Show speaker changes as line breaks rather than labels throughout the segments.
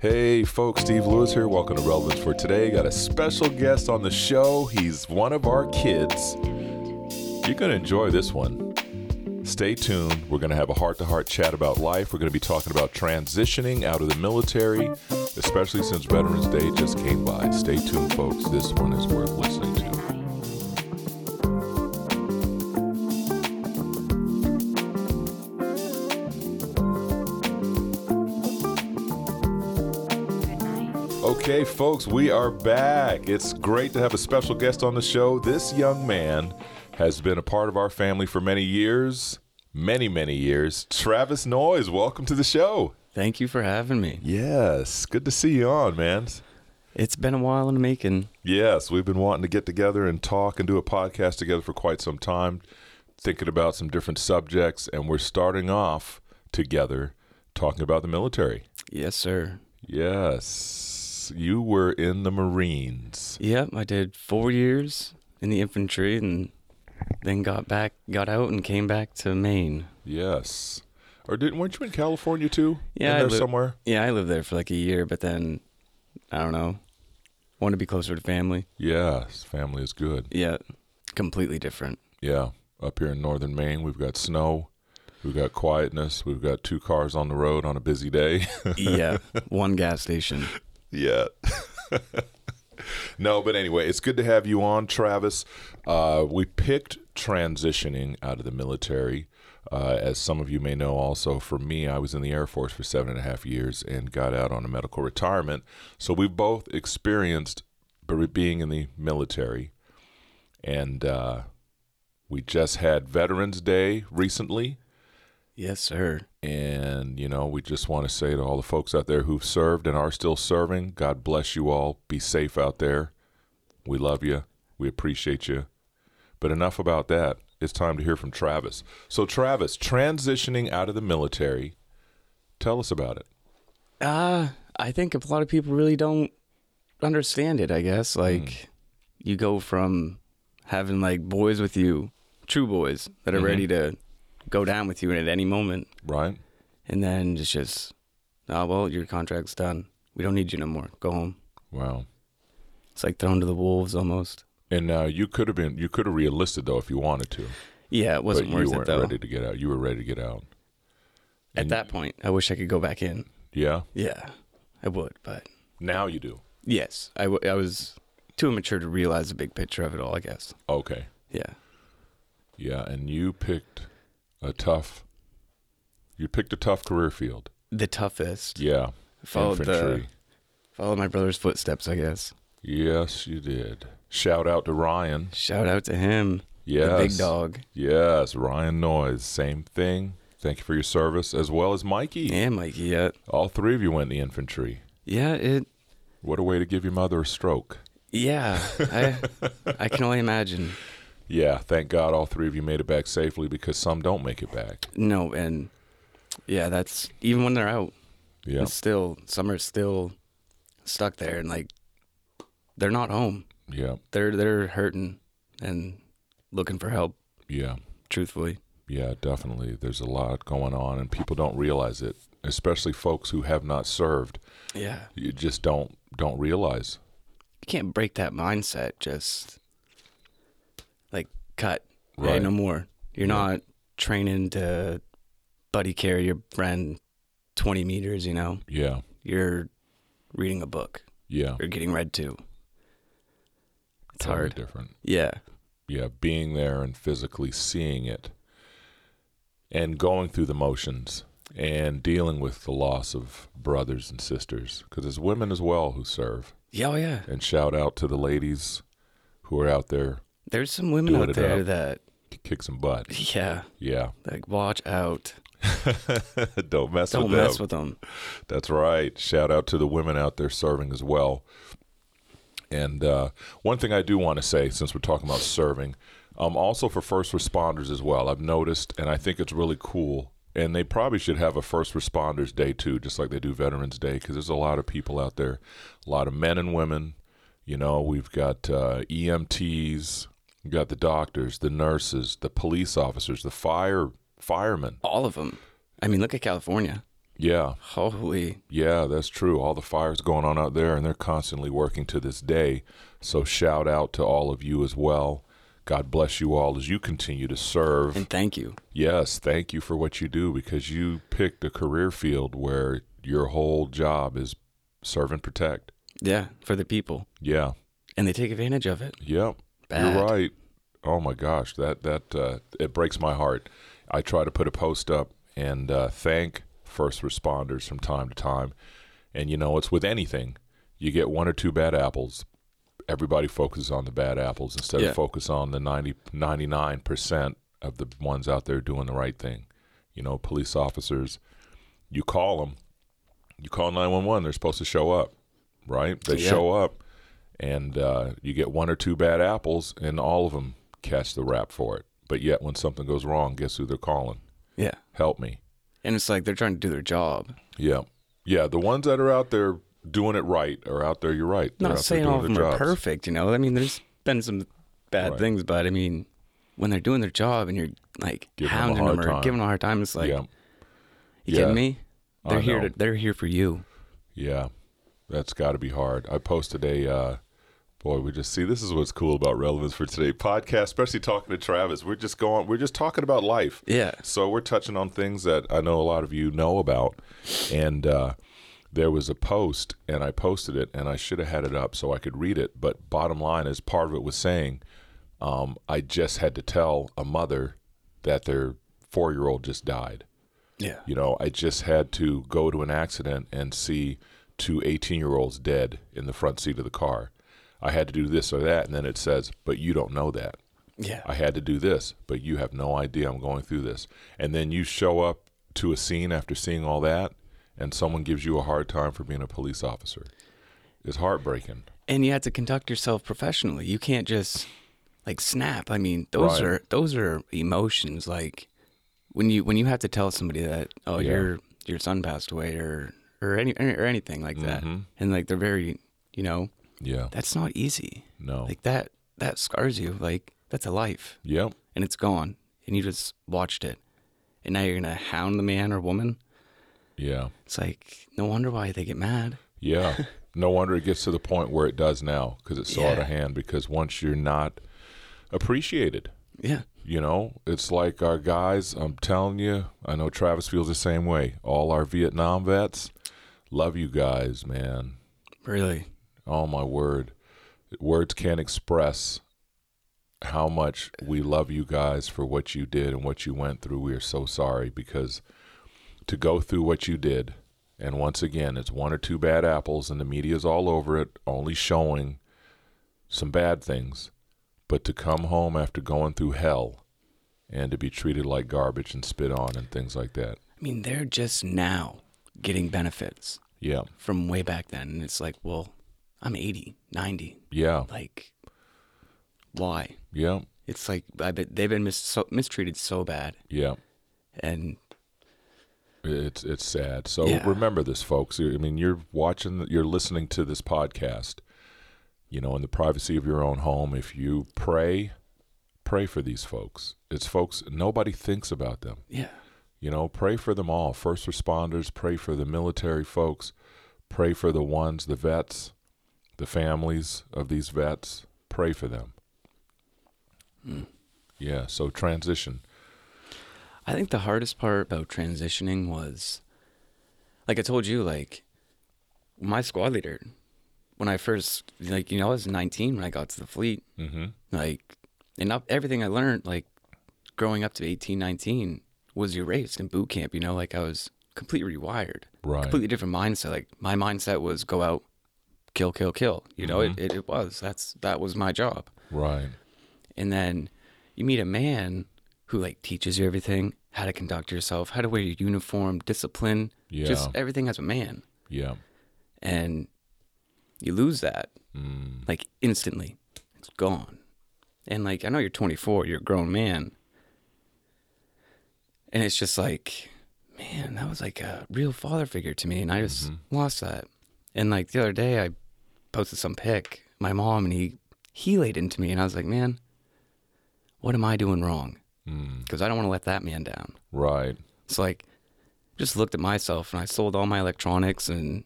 Hey, folks, Steve Lewis here. Welcome to Relevance for Today. Got a special guest on the show. He's one of our kids. You're going to enjoy this one. Stay tuned. We're going to have a heart to heart chat about life. We're going to be talking about transitioning out of the military, especially since Veterans Day just came by. Stay tuned, folks. This one is worth listening to. Okay, folks, we are back. It's great to have a special guest on the show. This young man has been a part of our family for many years, many, many years. Travis Noyes, welcome to the show.
Thank you for having me.
Yes, good to see you on, man.
It's been a while in the making.
Yes, we've been wanting to get together and talk and do a podcast together for quite some time, thinking about some different subjects, and we're starting off together talking about the military.
Yes, sir.
Yes, you were in the Marines.
Yep, I did four years in the infantry and then got back, got out, and came back to Maine.
Yes. Or didn't weren't you in California too?
Yeah,
in
I
there
li-
somewhere.
Yeah, I lived there for like a year, but then I don't know. Wanted to be closer to family.
Yes, family is good.
Yeah, completely different.
Yeah, up here in northern Maine, we've got snow, we've got quietness, we've got two cars on the road on a busy day.
yeah, one gas station.
yeah. no, but anyway, it's good to have you on, Travis. Uh, we picked transitioning out of the military. Uh, as some of you may know, also for me, I was in the Air Force for seven and a half years and got out on a medical retirement. So we both experienced b- being in the military. And uh, we just had Veterans Day recently.
Yes, sir.
And, you know, we just want to say to all the folks out there who've served and are still serving, God bless you all. Be safe out there. We love you. We appreciate you. But enough about that. It's time to hear from Travis. So, Travis, transitioning out of the military, tell us about it.
Uh, I think a lot of people really don't understand it, I guess.
Hmm.
Like you go from having like boys with you, true boys that are
Mm-hmm.
ready to go down with you at any moment,
Right?
and then it's just, oh well, your contract's done. We don't need you no more. Go home.
Wow.
It's like thrown to the wolves almost.
And uh, you could have been, you could have re-enlisted though if you wanted to,
Yeah, it
but
wasn't
you
worth
weren't
it though.
ready to get out. You were ready to get out.
At that point, I wish I could go back in.
Yeah.
Yeah, I would, but
Now you do.
yes, I, w- I was too immature to realize the big picture of it all. I guess.
Okay.
Yeah.
Yeah, and you picked a tough. You picked a tough career field.
The toughest.
Yeah,
Followed Oh, the- Follow my brother's footsteps, I guess.
Yes, you did. Shout out to Ryan.
Shout out to him.
Yes,
The big dog.
Yes, Ryan Noyes. Same thing. Thank you for your service, as well as Mikey.
Yeah, Mikey. Yeah.
All three of you went in the infantry.
Yeah, it
What a way to give your mother a stroke.
yeah. I I can only imagine.
Yeah, thank God all three of you made it back safely because some don't make it back.
No, and yeah, that's even when they're out.
Yeah.
It's still some are still stuck there and like they're not home.
Yeah.
They're they're hurting and looking for help,
Yeah.
truthfully.
Yeah, definitely. There's a lot going on, and people don't realize it, especially folks who have not served.
Yeah.
You just don't don't realize.
You can't break that mindset just like cut. Hey,
Right.
no more. You're not training to buddy carry your friend twenty meters, you know.
Yeah,
You're reading a book.
yeah.
or getting read to. It's
Totally
hard.
different.
Yeah.
Yeah, being there and physically seeing it, and going through the motions, and dealing with the loss of brothers and sisters, because there's women as well who serve.
Yeah, oh yeah.
And shout out to the ladies who are out there
There's some women
Doing
out
it
there
up.
that
to kick some butt.
yeah,
Yeah,
like watch out.
don't mess
Don't
with them.
mess with them.
That's right. Shout out to the women out there serving as well. And uh, one thing I do want to say, since we're talking about serving, um, also for first responders as well, I've noticed, and I think it's really cool. And they probably should have a first responders day too, just like they do Veterans Day, because there's a lot of people out there, a lot of men and women. You know, we've got uh, EMTs, we've got the doctors, the nurses, the police officers, the fire firemen.
All of them. I mean, look at California.
Yeah,
Holy.
yeah, that's true. All the fires going on out there, and they're constantly working to this day. So shout out to all of you as well. God bless you all as you continue to serve.
And thank you.
Yes, thank you for what you do because you picked a career field where your whole job is serve and protect.
Yeah, for the people.
Yeah.
And they take advantage of it.
Yep. You're
Bad.
right. Oh my gosh, that that uh, it breaks my heart. I try to put a post up and uh, thank first responders from time to time, and you know it's with anything. You get one or two bad apples. Everybody focuses on the bad apples instead
Yeah.
of focus on the 90, 99% of the ones out there doing the right thing. You know, police officers, you call them, you call 911, they're supposed to show up, right? They
Yeah.
show up, and uh, you get one or two bad apples, and all of them catch the rap for it. But yet, when something goes wrong, guess who they're calling?
Yeah.
Help me.
And it's like they're trying to do their job.
Yeah. Yeah. The ones that are out there doing it right are out there. You're right. They're
Not
out
saying
there
all
doing
of them
their
are
jobs.
perfect, you know. I mean, there's been some bad
Right.
things, but I mean, when they're doing their job and you're like
Giving 'em a
hounding
hard
them or
time.
giving them a hard time, it's like,
Yeah.
you
Yeah.
kidding me?
I
They're here.
know.
To, they're here for you.
Yeah, that's got to be hard. I posted a uh, boy. We just see this is what's cool about relevance for today podcast, especially talking to Travis. We're just going. We're just talking about life.
Yeah.
So we're touching on things that I know a lot of you know about, and uh, there was a post, and I posted it, and I should have had it up so I could read it. But bottom line is, part of it was saying, um, I just had to tell a mother that their four year old just died
Yeah.
you know i just had to go to an accident and see two 18 year olds dead in the front seat of the car i had to do this or that and then it says but you don't know that
Yeah.
i had to do this but you have no idea i'm going through this and then you show up to a scene after seeing all that and someone gives you a hard time for being a police officer it's heartbreaking
and you have to conduct yourself professionally. You can't just like snap. I mean, those
Right.
are those are emotions. Like when you when you have to tell somebody that oh
Yeah.
your your son passed away or or any or anything like that,
Mm-hmm.
and like they're very you know
yeah
that's not easy.
no
Like that that scars you. Like that's a life
yep
and it's gone, and you just watched it, and now you're gonna hound the man or woman.
yeah
It's like no wonder why they get mad.
Yeah. No wonder it gets to the point where it does now because it's so out
Yeah.
of hand. Because once you're not appreciated,
Yeah,
you know, it's like our guys, I'm telling you, I know Travis feels the same way. All our Vietnam vets, love you guys, man.
really.
Oh, my word. Words can't express how much we love you guys for what you did and what you went through. We are so sorry because to go through what you did, and once again, it's one or two bad apples, and the media's all over it, only showing some bad things. But to come home after going through hell and to be treated like garbage and spit on and things like that.
I mean, they're just now getting benefits.
Yeah.
from way back then. And it's like, well, I'm 80, 90.
Yeah.
Like, why?
Yeah.
It's like I bet they've been mis- so, mistreated so bad.
Yeah.
And
It's it's sad. So
Yeah.
remember this, folks. I mean, you're watching, you're listening to this podcast. You know, in the privacy of your own home, if you pray, pray for these folks. It's folks nobody thinks about them.
yeah,
You know, pray for them all. First responders, pray for the military folks, pray for the ones, the vets, the families of these vets. Pray for them.
Hmm.
Yeah. So transition.
I think the hardest part about transitioning was, like I told you, like my squad leader, when I first, like, you know, I was 19 when I got to the fleet.
Mm-hmm.
Like, and up, everything I learned, like, growing up to 18, 19 was erased in boot camp, you know, like I was completely rewired.
Right.
completely different mindset. Like my mindset was go out, kill, kill, kill. You know, it, it, it was. That's that was my job.
Right.
And then you meet a man who like teaches you everything, how to conduct yourself, how to wear your uniform, discipline, just
Yeah.
everything as a man.
Yeah.
And you lose that
Mm.
like instantly. It's gone. And like I know you're 24, you're a grown man. And it's just like, man, that was like a real father figure to me, and I just lost that. And like the other day, I posted some pic, my mom, and he he laid into me, and I was like, man, what am I doing wrong?
Mm.
Because I don't want to let that man down.
Right.
It's like just looked at myself and I sold all my electronics and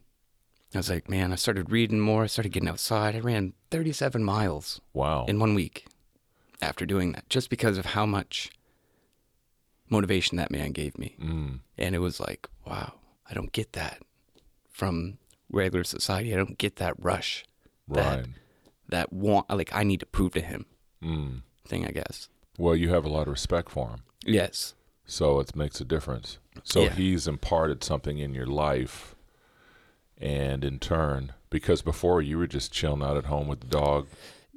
I was like, man, I started reading more. I started getting outside. I ran 37 miles
Wow.
in one week after doing that just because of how much motivation that man gave me.
mm,
And it was like, wow, I don't get that from regular society. I don't get that rush,
right.
that want, like, I need to prove to him
Mm.
thing, I guess.
Well, you have a lot of respect for him,
Yes.
so it makes a difference. So
Yeah.
he's imparted something in your life, and in turn, because before you were just chilling out at home with the dog,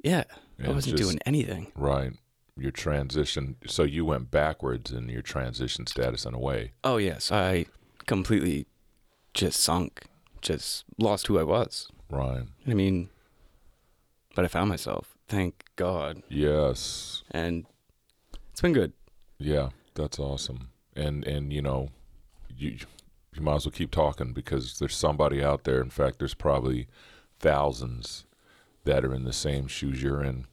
Yeah.
Yeah,
I wasn't
just-
doing anything.
right? Your transition. So you went backwards in your transition status in a way.
Oh, yes. I completely just sunk, just lost who I was.
Right.
I mean, but I found myself. Thank God.
Yes.
And it's been good.
Yeah, that's awesome. And and you know, you you might as well keep talking because there's somebody out there. In fact, there's probably thousands that are in the same shoes you're in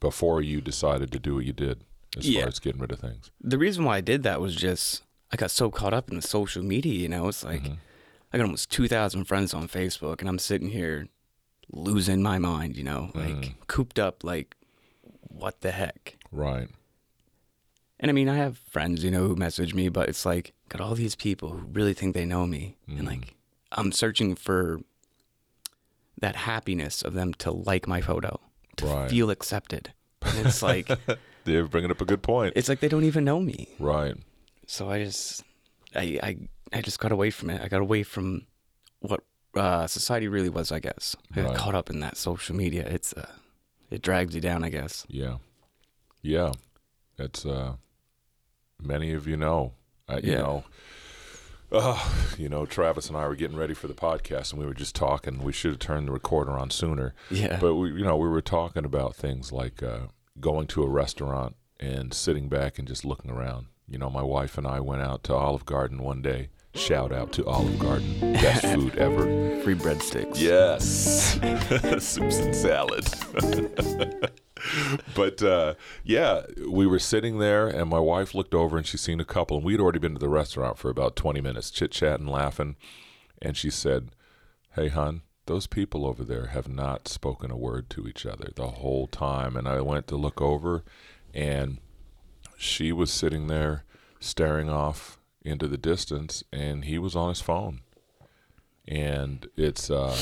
before you decided to do what you did as
Yeah.
far as getting rid of things.
the reason why I did that was just I got so caught up in the social media, you know, it's like I got almost 2,000 friends on Facebook and I'm sitting here losing my mind, you know, like cooped up, like, what the heck?
Right.
And I mean, I have friends, you know, who message me, but it's like, got all these people who really think they know me. And
Mm.
like, I'm searching for that happiness of them to like my photo, to
Right.
feel accepted. And it's like,
They're bringing up a good point.
it's like they don't even know me.
right.
so I just I I I just got away from it. I got away from what uh, society really was, I guess. I got
Right.
caught up in that social media. It's uh, it drags you down, I guess.
Yeah. Yeah. It's uh many of you know. I, you
Yeah.
know. Uh, you know, Travis and I were getting ready for the podcast and we were just talking. We should have turned the recorder on sooner.
Yeah.
But we, you know, we were talking about things like uh, going to a restaurant and sitting back and just looking around. You know, my wife and I went out to Olive Garden one day. Shout out to Olive Garden, best food ever.
Free breadsticks.
Yes, soups and salad. but uh, yeah, we were sitting there, and my wife looked over and she seen a couple, and we'd already been to the restaurant for about twenty minutes, chit chatting, laughing, and she said, "Hey, hon, those people over there have not spoken a word to each other the whole time." And I went to look over, and she was sitting there staring off into the distance, and he was on his phone, and it's. Uh,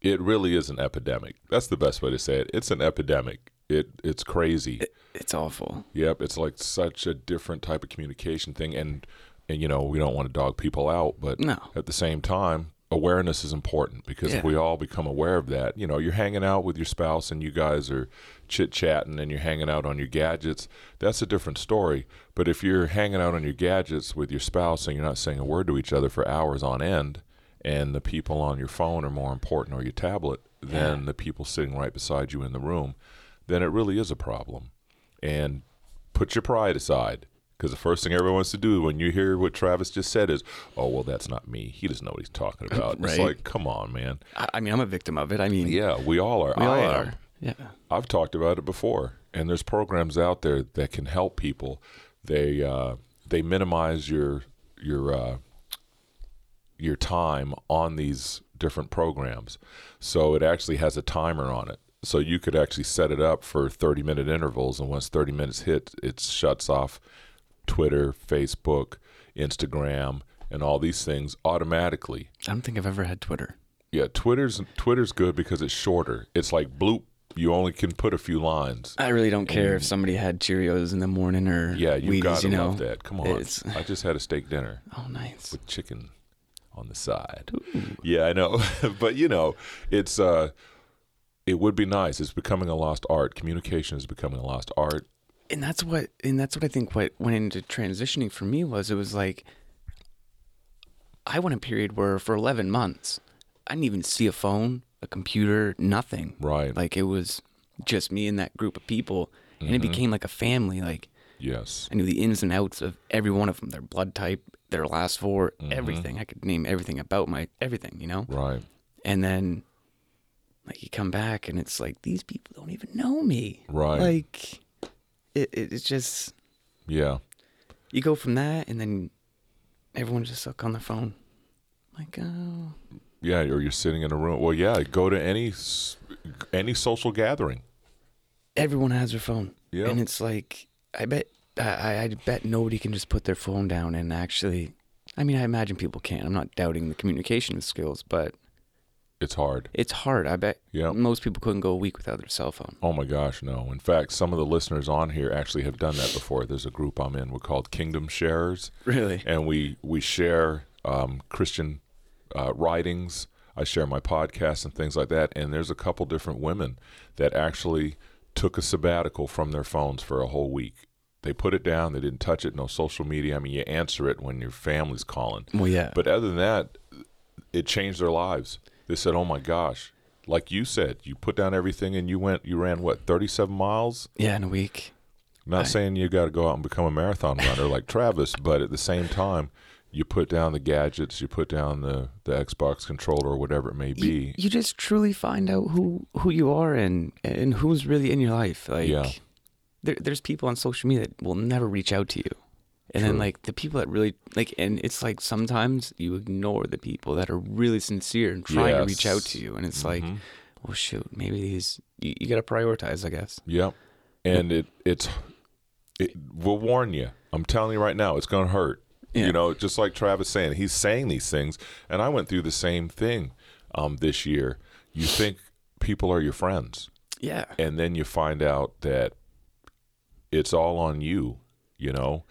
it really is an epidemic. That's the best way to say it. It's an epidemic. It it's crazy.
It's awful.
Yep, it's like such a different type of communication thing and and you know, we don't want to dog people out, but
No.
at the same time, awareness is important because if
Yeah.
we all become aware of that, you know, you're hanging out with your spouse and you guys are chit-chatting and you're hanging out on your gadgets, that's a different story. But if you're hanging out on your gadgets with your spouse and you're not saying a word to each other for hours on end, and the people on your phone are more important or your tablet than the people sitting right beside you in the room, then it really is a problem. And put your pride aside because the first thing everyone wants to do when you hear what Travis just said is, oh, well, that's not me. He doesn't know what he's talking about. It's
Right.
like, come on, man.
I, I mean, I'm a victim of it. I mean,
Yeah, we all are.
we all
I am.
are. uh, Yeah.
I've talked about it before, and there's programs out there that can help people. They uh, they minimize your your uh, your time on these different programs, so it actually has a timer on it. So you could actually set it up for 30 minute intervals, and once 30 minutes hit, it shuts off Twitter, Facebook, Instagram, and all these things automatically.
I don't think I've ever had Twitter.
Yeah, Twitter's Twitter's good because it's shorter. It's like bloop. You only can put a few lines.
I really don't care if somebody had Cheerios in the morning or
Mm. Yeah, you
Wheaties,
got to
you know.
love that. Come on.
It's-
I just had a steak dinner
Oh, nice.
with chicken on the side. Yeah, I know. but you know, it's uh it would be nice. It's becoming a lost art. Communication is becoming a lost art.
and that's what and that's what I think what went into transitioning for me was it was like I went a period where for 11 months I didn't even see a phone, a computer, nothing.
Right.
Like it was just me and that group of people and
Mm-hmm.
it became like a family like
yes.
I knew the ins and outs of every one of them, their blood type, their last 4
Mm-hmm.
everything. I could name everything about my everything, you know?
Right.
And then like you come back and it's like these people don't even know me.
Right.
Like it, it it's just
Yeah.
you go from that and then everyone's just stuck on their phone. Like, oh,
Yeah, or you're sitting in a room. Well, yeah, go to any s- any social gathering.
everyone has their phone.
Yeah.
And it's like, I bet, I, I I bet nobody can just put their phone down and actually. I mean, I imagine people can. I'm not doubting the communication skills, but
It's hard.
it's hard. I bet
Yeah.
most people couldn't go a week without their cell phone.
Oh my gosh, no. In fact, some of the listeners on here actually have done that before. There's a group I'm in. We're called Kingdom Sharers,
Really?
and we we share um, Christian uh, writings. I share my podcasts and things like that. And there's a couple different women that actually took a sabbatical from their phones for a whole week. They put it down. They didn't touch it. No social media. I mean, you answer it when your family's calling.
Well, yeah.
But other than that, it changed their lives. They said, "Oh my gosh!" Like you said, you put down everything and you went. You ran what thirty-seven miles.
yeah, in a week.
I'm not saying you got to go out and become a marathon runner like Travis, but at the same time, you put down the gadgets, you put down the the Xbox controller or whatever it may
you,
be.
you just truly find out who who you are and and who's really in your life like
Yeah.
there, there's people on social media that will never reach out to you and then
True.
like the people that really like and it's like sometimes you ignore the people that are really sincere and trying to reach out
Yes. Mm-hmm.
to you and it's like oh shoot maybe these you, you gotta prioritize i guess
Yep. And it it's it will warn you. I'm telling you right now, it's going to hurt.
Yeah.
You know, just like Travis saying, he's saying these things, and I went through the same thing um, this year. You think people are your friends,
yeah
and then you find out that it's all on you. You know,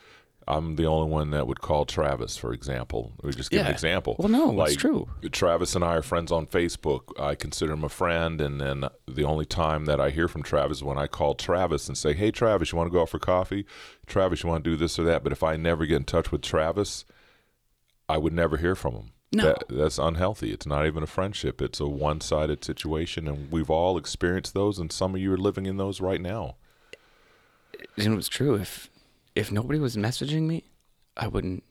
I'm the only one that would call Travis, for example. We just give an
Yeah.
example.
well no it's
Like,
true
Travis and I are friends on Facebook. I consider him a friend, and then the only time that I hear from Travis is when I call Travis and say, "Hey, Travis, you want to go out for coffee? Travis, you want to do this or that?" But if I never get in touch with Travis, I would never hear from him.
No.
That, that's unhealthy. It's not even a friendship. It's a one-sided situation, and we've all experienced those. And some of you are living in those right now.
and it was true if if nobody was messaging me i wouldn't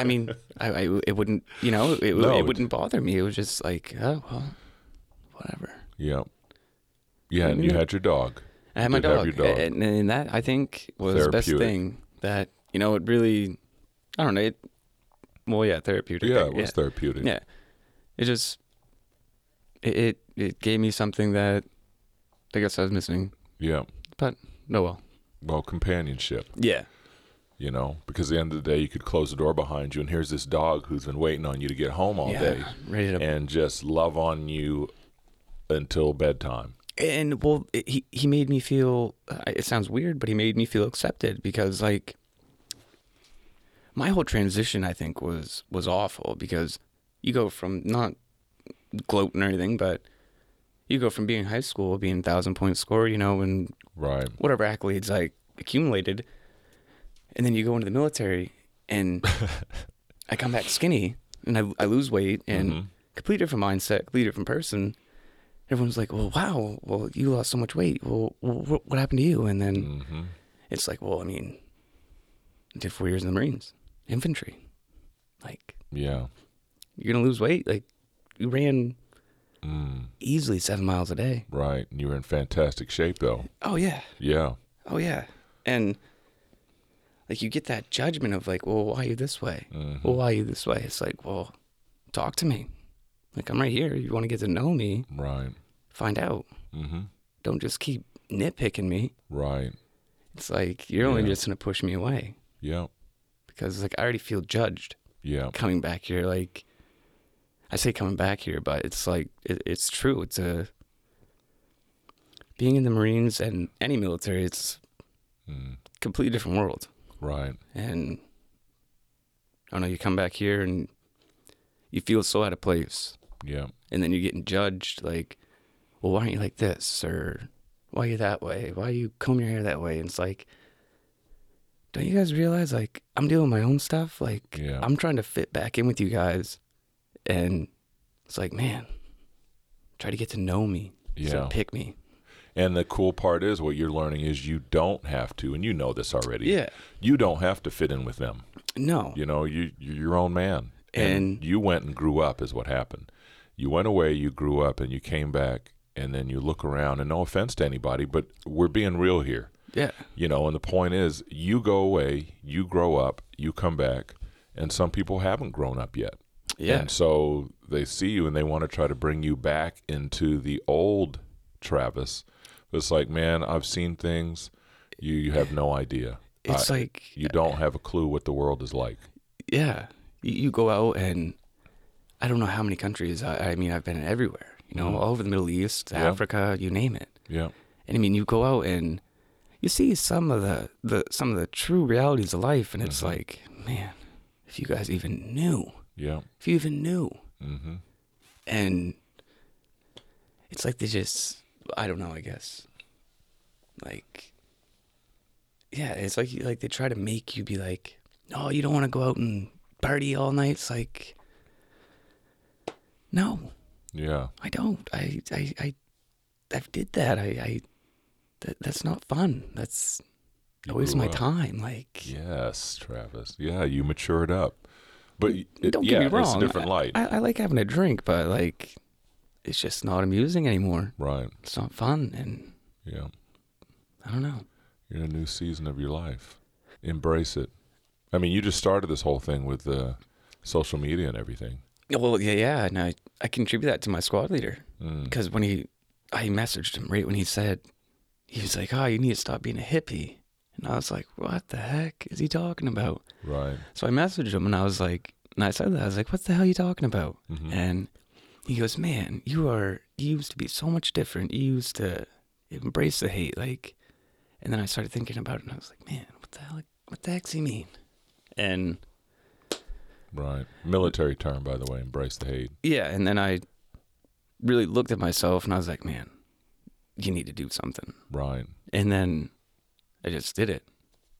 i mean I, I it wouldn't you know it,
No, it-
it wouldn't bother me it was just like oh well whatever
Yeah. Yeah, and you
Mm-hmm.
had your dog.
i had my
did have
dog,
your dog.
And, and that i think was the best
Therapeutic.
thing that you know it really i don't know it well yeah therapeutic
Yeah,
I-
it was therapeutic.
yeah it just it, it it gave me something that i guess i was missing
Yeah.
but no well
Well, companionship.
yeah
you know because at the end of the day you could close the door behind you and here's this dog who's been waiting on you to get home all
yeah
day
ready to
and just love on you until bedtime
and well it- he he made me feel uh, it sounds weird but he made me feel accepted because like my whole transition i think was was awful because you go from not gloating or anything but you go from being high school being thousand point scorer you know and
right
whatever accolades i accumulated and then you go into the military and i come back skinny and i, I lose weight and
Mm-hmm.
complete different mindset complete different person everyone's like, "Well, wow, well, you lost so much weight. Well, what, what happened to you?" And
Mm-hmm.
then it's like, "Well, I mean, I did four years in the Marines, infantry. Like,
yeah
you're gonna lose weight. Like, you ran easily seven miles a day.
Mm. right and you were in fantastic shape though
Oh yeah,
yeah
oh yeah." And like, you get that judgment of like, "Well, why are you this way?
Mm-hmm.
Well, why are you this way?" It's like, "Well, talk to me. Like, I'm right here. You want to get to know me?
right
Find out.
mm-hmm
Don't just keep nitpicking me."
right
It's like you're only
Yeah.
just gonna push me away
yeah
because like I already feel judged
yeah
coming back here. Like I say coming back here, but it's like it, it's true. It's a being in the Marines and any military. It's
mm.
completely different world.
right
And I don't know. You come back here and you feel so out of place,
yeah
and then you're getting judged. Like, well, why aren't you like this? Or why are you that way? Why you comb your hair that way? And it's like, don't you guys realize like I'm doing my own stuff? Like
Yeah.
I'm trying to fit back in with you guys, and it's like, man, try to get to know me. instead of
Yeah.
pick me.
and the cool part is what you're learning is you don't have to and you know this already
Yeah.
you don't have to fit in with them
No.
You know, you you're your own man,
And-
you went and grew up is what happened. You went away, you grew up, and you came back, and then you look around. And no offense to anybody, but we're being real here.
Yeah.
You know, and the point is, you go away, you grow up, you come back, and some people haven't grown up yet.
Yeah.
And so they see you and they want to try to bring you back into the old Travis. It's like, man, I've seen things you, you have no idea.
It's
I-
like
you don't have a clue what the world is like.
yeah, you, you go out and I don't know how many countries. I, I mean, I've been everywhere. You
Mm-hmm.
know, all over the Middle East, Africa, you name it.
Yeah.
And I mean, you go out and you see some of the, the some of the true realities of life, and it's like, man, if you guys even knew,
Yeah.
if you even knew,
Mm-hmm.
and it's like they just, I don't know, I guess, like, yeah, it's like like they try to make you be like, no, you don't want to go out and party all night. It's like, no,
Yeah.
I don't. I I I I've did that. I I that, that's not fun. That's
You
a waste of
grew
my
up.
time. Like
Yes, Travis. Yeah, you matured up. But it,
don't
yeah,
get me wrong.
it's a different
I-
light.
I, I like having a drink, but like it's just not amusing anymore.
right.
It's not fun and
Yeah.
I don't know.
You're in a new season of your life. Embrace it. I mean, you just started this whole thing with uh, social media and everything.
Well, yeah, yeah, and I, I contribute that to my squad leader
Mm.
because when he, I messaged him right when he said, he was like, "Oh, you need to stop being a hippie," and I was like, "What the heck is he talking about?"
Right.
So I messaged him and I was like, and I said that I was like, "What the hell are you talking about?"
Mhm.
And he goes, "Man, you are you used to be so much different. You used to embrace the hate, like." And then I started thinking about it, and I was like, "Man, what the hell? What the heck's he mean?" And
Right. Military term, by the way. Embrace the hate.
yeah, and then I really looked at myself, and I was like, "Man, you need to do something."
Right.
And then I just did it.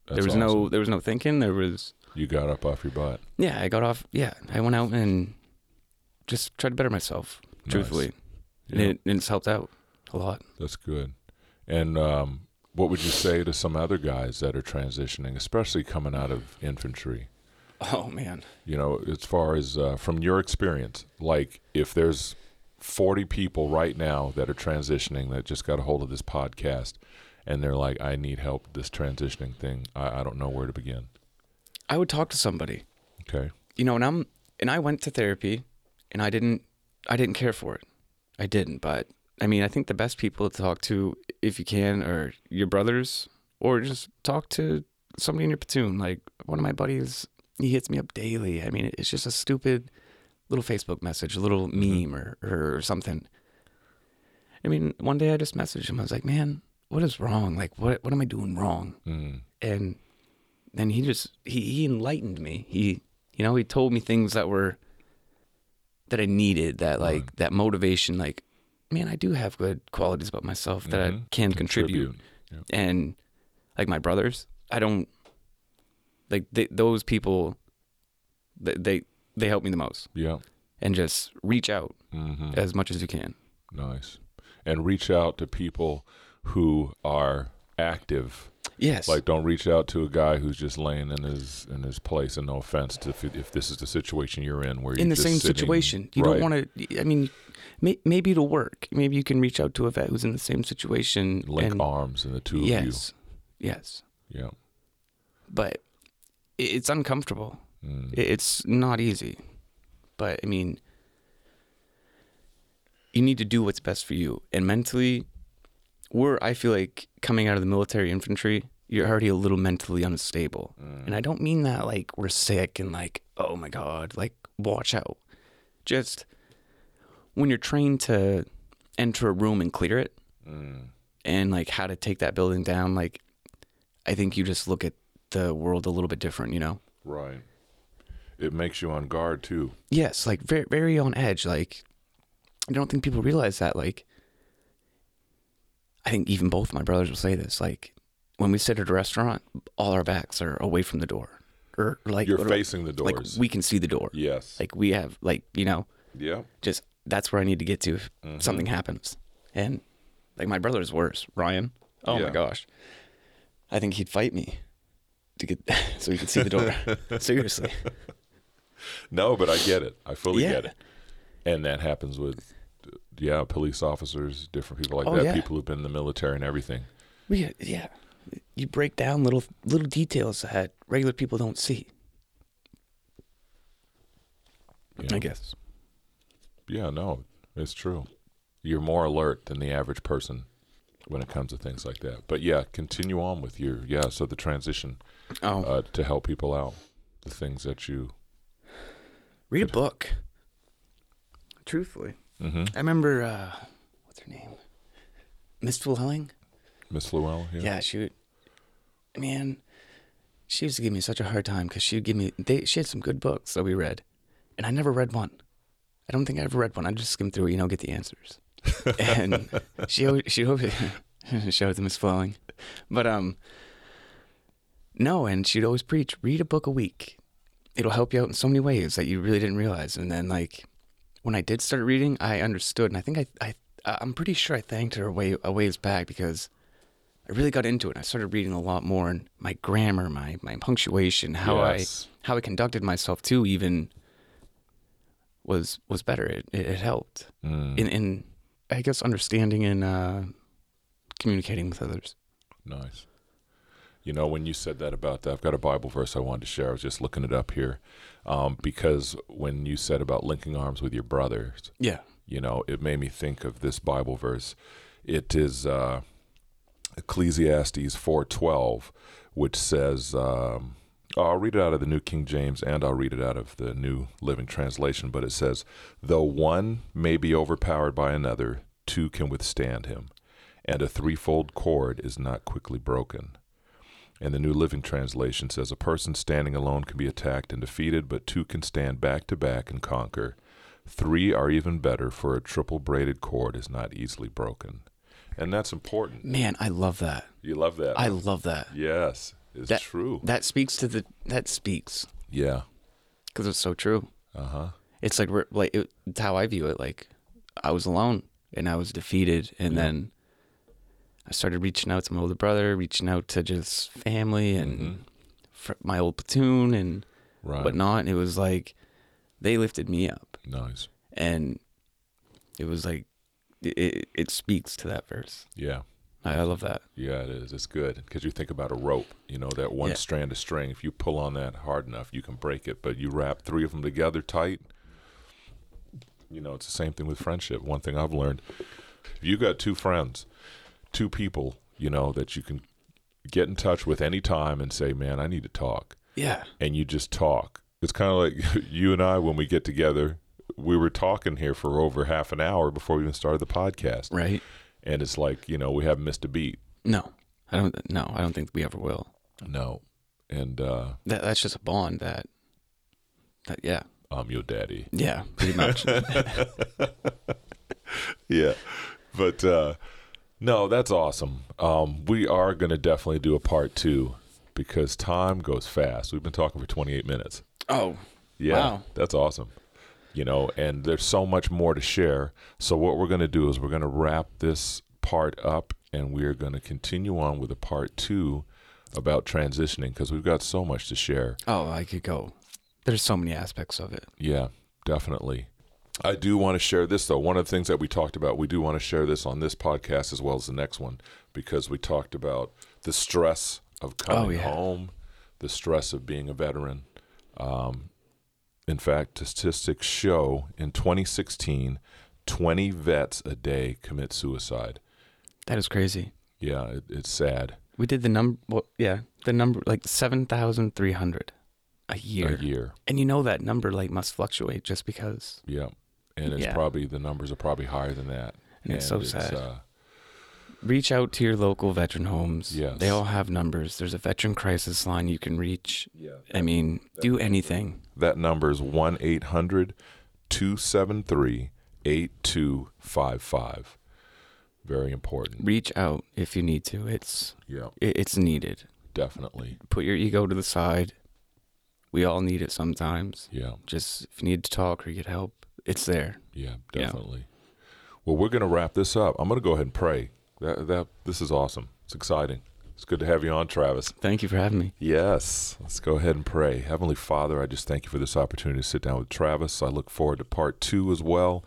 That's
there was no
awesome.
there was no thinking. There was
You got up off your butt.
yeah, I got off. Yeah, I went out and just tried to better myself,
Nice.
truthfully, and,
Yeah.
it, and it's helped out a lot.
That's good. And um, what would you say to some other guys that are transitioning, especially coming out of infantry?
Oh man,
you know as far as uh, from your experience like if there's 40 people right now that are transitioning that just got a hold of this podcast and they're like i need help with this transitioning thing i, I don't know where to begin
I would talk to somebody.
okay
You know, and I'm and I went to therapy, and I didn't I didn't care for it. I didn't. But I mean, I think the best people to talk to, if you can, are your brothers, or just talk to somebody in your platoon. Like one of my buddies, he hits me up daily. I mean, it's just a stupid little Facebook message, a little meme or or something. I mean, one day I just messaged him. I was like, "Man, what is wrong? Like, what what am I doing wrong?"
mm,
and then he just he, he enlightened me he you know he told me things that were that i needed that like that motivation like man i do have good qualities about myself that i
Mhm.
can contribute,
Yep.
and like my brothers i don't like they, those people they, they they help me the most
yeah
and just reach out
hmm
as much as you can
nice and reach out to people who are active
yes
like don't reach out to a guy who's just laying in his in his place and no offense to if, if this is the situation you're in where you're
in the
just
same
sitting-
situation. You
Right.
don't want to. I mean, may, maybe it'll work. Maybe you can reach out to a vet who's in the same situation.
link
and-
arms and the two
Yes, yes,
of you yeah
but i- it's uncomfortable.
Mm.
I- It's not easy, but I mean, you need to do what's best for you. And mentally, we're I feel like coming out of the military infantry, you're already a little mentally unstable.
Mm,
And I don't mean that like we're sick and like, oh my God, like watch out. Just when you're trained to enter a room and clear it
mm.
and like how to take that building down, like I think you just look at the world a little bit different, you know?
Right. It makes you on guard too.
Yes, like very, very on edge. Like I don't think people realize that. Like I think even both my brothers will say this. Like when we sit at a restaurant, all our backs are away from the door, or like
You're
or,
facing the
like
doors.
we can see the door.
yes.
Like we have, like you know,
yeah. Mm-hmm.
just that's where I need to get to if something happens. And like my brother's worse, Ryan. Oh
Yeah.
my gosh, I think he'd fight me to get so he could see the door. Seriously.
No, but I get it. I fully
Yeah.
get it. And that happens with uh, yeah, police officers, different people like
Oh,
that,
yeah.
people who've been in the military and everything.
We, yeah. you break down little little details that regular people don't see.
Yeah.
I guess.
Yeah, no, it's true. You're more alert than the average person when it comes to things like that. But yeah, continue on with your yeah. So the transition
Oh,
uh, to help people out, the things that you
read a book. Truthfully,
mm-hmm.
I remember uh, what's her name, Miss Flelling.
Miss Llewellyn. Yeah.
Yeah, she would. Man, she used to give me such a hard time because she would give me. They, she had some good books that we read, and I never read one. I don't think I ever read one. I just skimmed through it, you know, get the answers. and she always, she always showed them as flowing, but um, no. And she'd always preach, read a book a week. It'll help you out in so many ways that you really didn't realize. And then like when I did start reading, I understood, and I think I I I'm pretty sure I thanked her way a ways back because I really got into it. and I started reading a lot more, and my grammar, my my punctuation, how
Yes.
I how I conducted myself too, even was was better. It it, it helped
Mm,
in in I guess understanding and uh, communicating with others.
nice. You know, when you said that about that, I've got a Bible verse I wanted to share. I was just looking it up here um, because when you said about linking arms with your brothers,
Yeah.
you know it made me think of this bible verse it is uh, ecclesiastes 4.12 which says um, i'll read it out of the new king james and i'll read it out of the new living translation but it says though one may be overpowered by another two can withstand him and a threefold cord is not quickly broken and the New Living Translation says a person standing alone can be attacked and defeated, but two can stand back to back and conquer. Three are even better, for a triple braided cord is not easily broken. And that's important.
Man, I love that.
You love that.
I love that.
yes, it's
That-
true.
That speaks to the that speaks
yeah.
because it's so true.
Uh huh.
It's like we're- like it, it's how I view it. Like I was alone and I was defeated, and then I started reaching out to my older brother, reaching out to just family and fr- my old platoon and
Right.
whatnot. And it was like they lifted me up.
nice.
and it was like it, it, it speaks to that verse
Yeah.
i, I love that
Yeah, it is. It's good because you think about a rope. You know that one
Yeah.
strand of string. If you pull on that hard enough, you can break it. But you wrap three of them together tight. You know, it's the same thing with friendship. One thing I've learned: if you got two friends, two people, you know that you can get in touch with any time and say, "Man, I need to talk,"
yeah
and you just talk. It's kind of like you and I when we get together. We were talking here for over half an hour before we even started the podcast,
right
and it's like you know we haven't missed a beat.
no i don't no i don't think we ever will
No. And uh,
that that's just a bond that that yeah
I'm your daddy.
yeah pretty much
Yeah. But uh, no, that's awesome. Um, we are going to definitely do a part two because time goes fast. We've been talking for 28 minutes.
oh
Yeah.
Wow.
That's awesome. You know, and there's so much more to share. So, what we're going to do is we're going to wrap this part up and we're going to continue on with a part two about transitioning because we've got so much to share.
oh i could go there's so many aspects of it
Yeah, definitely. I do want to share this though. One of the things that we talked about, we do want to share this on this podcast as well as the next one because we talked about the stress of coming
Oh, yeah.
home, the stress of being a veteran. Um, in fact, statistics show in 2016, 20 vets a day commit suicide.
that is crazy
Yeah, it, it's sad.
we did the number well, yeah the number like 7300 a year
A year.
and you know that number like must fluctuate just because
Yeah. And it's
Yeah.
probably the numbers are probably higher than that.
And it's so sad.
Uh,
reach out to your local veteran homes.
Yes.
They all have numbers. There's a veteran crisis line you can reach.
yeah.
I mean, do anything.
That number is 1 800 273 8255. Very important.
Reach out if you need to. It's
Yeah,
it- it's needed.
definitely.
Put your ego to the side. We all need it sometimes.
Yeah,
Just if you need to talk or get help, it's there.
yeah,
Yeah.
definitely. Well, we're going to wrap this up. I'm going to go ahead and pray. That, that This is awesome. It's exciting. It's good to have you on, Travis.
Thank you for having me.
Yes. Let's go ahead and pray. Heavenly Father, I just thank you for this opportunity to sit down with Travis. I look forward to part two as well,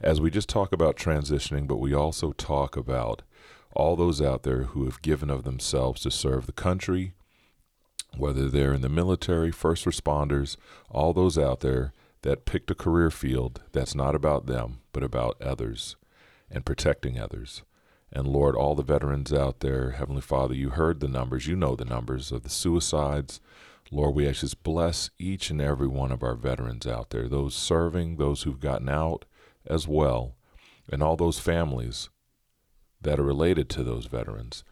as we just talk about transitioning, but we also talk about all those out there who have given of themselves to serve the country, whether they're in the military, first responders, all those out there that picked a career field that's not about them, but about others and protecting others. And Lord, all the veterans out there, Heavenly Father, you heard the numbers, you know the numbers of the suicides. Lord, we ask you to bless each and every one of our veterans out there, those serving, those who've gotten out as well, and all those families that are related to those veterans.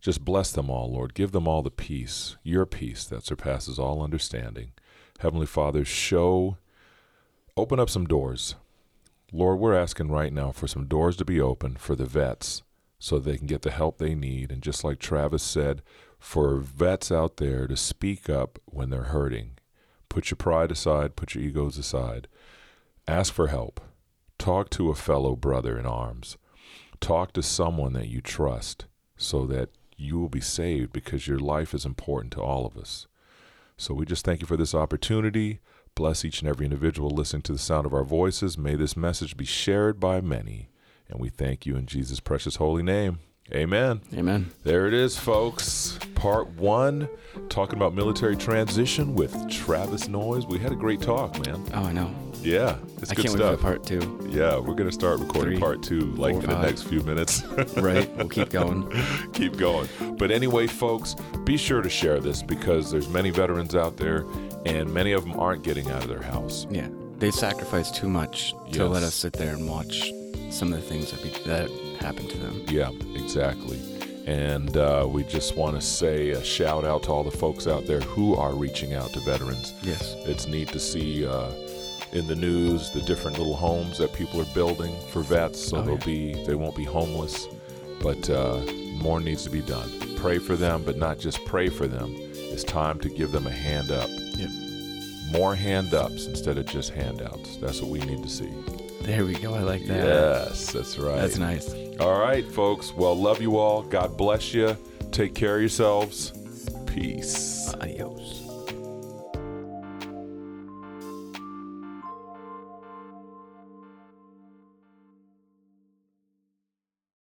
Just bless them all, Lord. Give them all the peace, your peace that surpasses all understanding. Heavenly Father, show, open up some doors. Lord, we're asking right now for some doors to be open for the vets so they can get the help they need. And just like Travis said, for vets out there to speak up when they're hurting, put your pride aside, put your egos aside, ask for help, talk to a fellow brother in arms, talk to someone that you trust so that you will be saved because your life is important to all of us. So we just thank you for this opportunity. Bless each and every individual listening to the sound of our voices. May this message be shared by many. And we thank you in Jesus' precious holy name. Amen.
Amen.
There it is, folks. Part one, talking about military transition with Travis Noyes. We had a great talk, man.
Oh, I know.
Yeah, it's
I
good
can't wait for
stuff.
the part two.
yeah, we're gonna start recording
Three,
part two like
four,
in the
five.
next few minutes.
Right. We'll keep going.
keep going. But anyway, folks, be sure to share this because there's many veterans out there, and many of them aren't getting out of their house.
Yeah. They sacrificed too much to let
Yes.
us sit there and watch some of the things that, be, that happened to them.
Yeah, exactly. And uh, we just want to say a shout out to all the folks out there who are reaching out to veterans.
Yes.
It's neat to see uh, in the news the different little homes that people are building for vets, so
Oh,
they'll
yeah.
be they won't be homeless. But uh, more needs to be done. Pray for them, but not just pray for them. It's time to give them a hand up.
Yep.
More hand ups instead of just handouts. That's what we need to see.
There we go. I like that.
Yes, that's right.
That's nice.
All right, folks. Well, love you all. God bless you. Take care of yourselves. Peace.
Adios.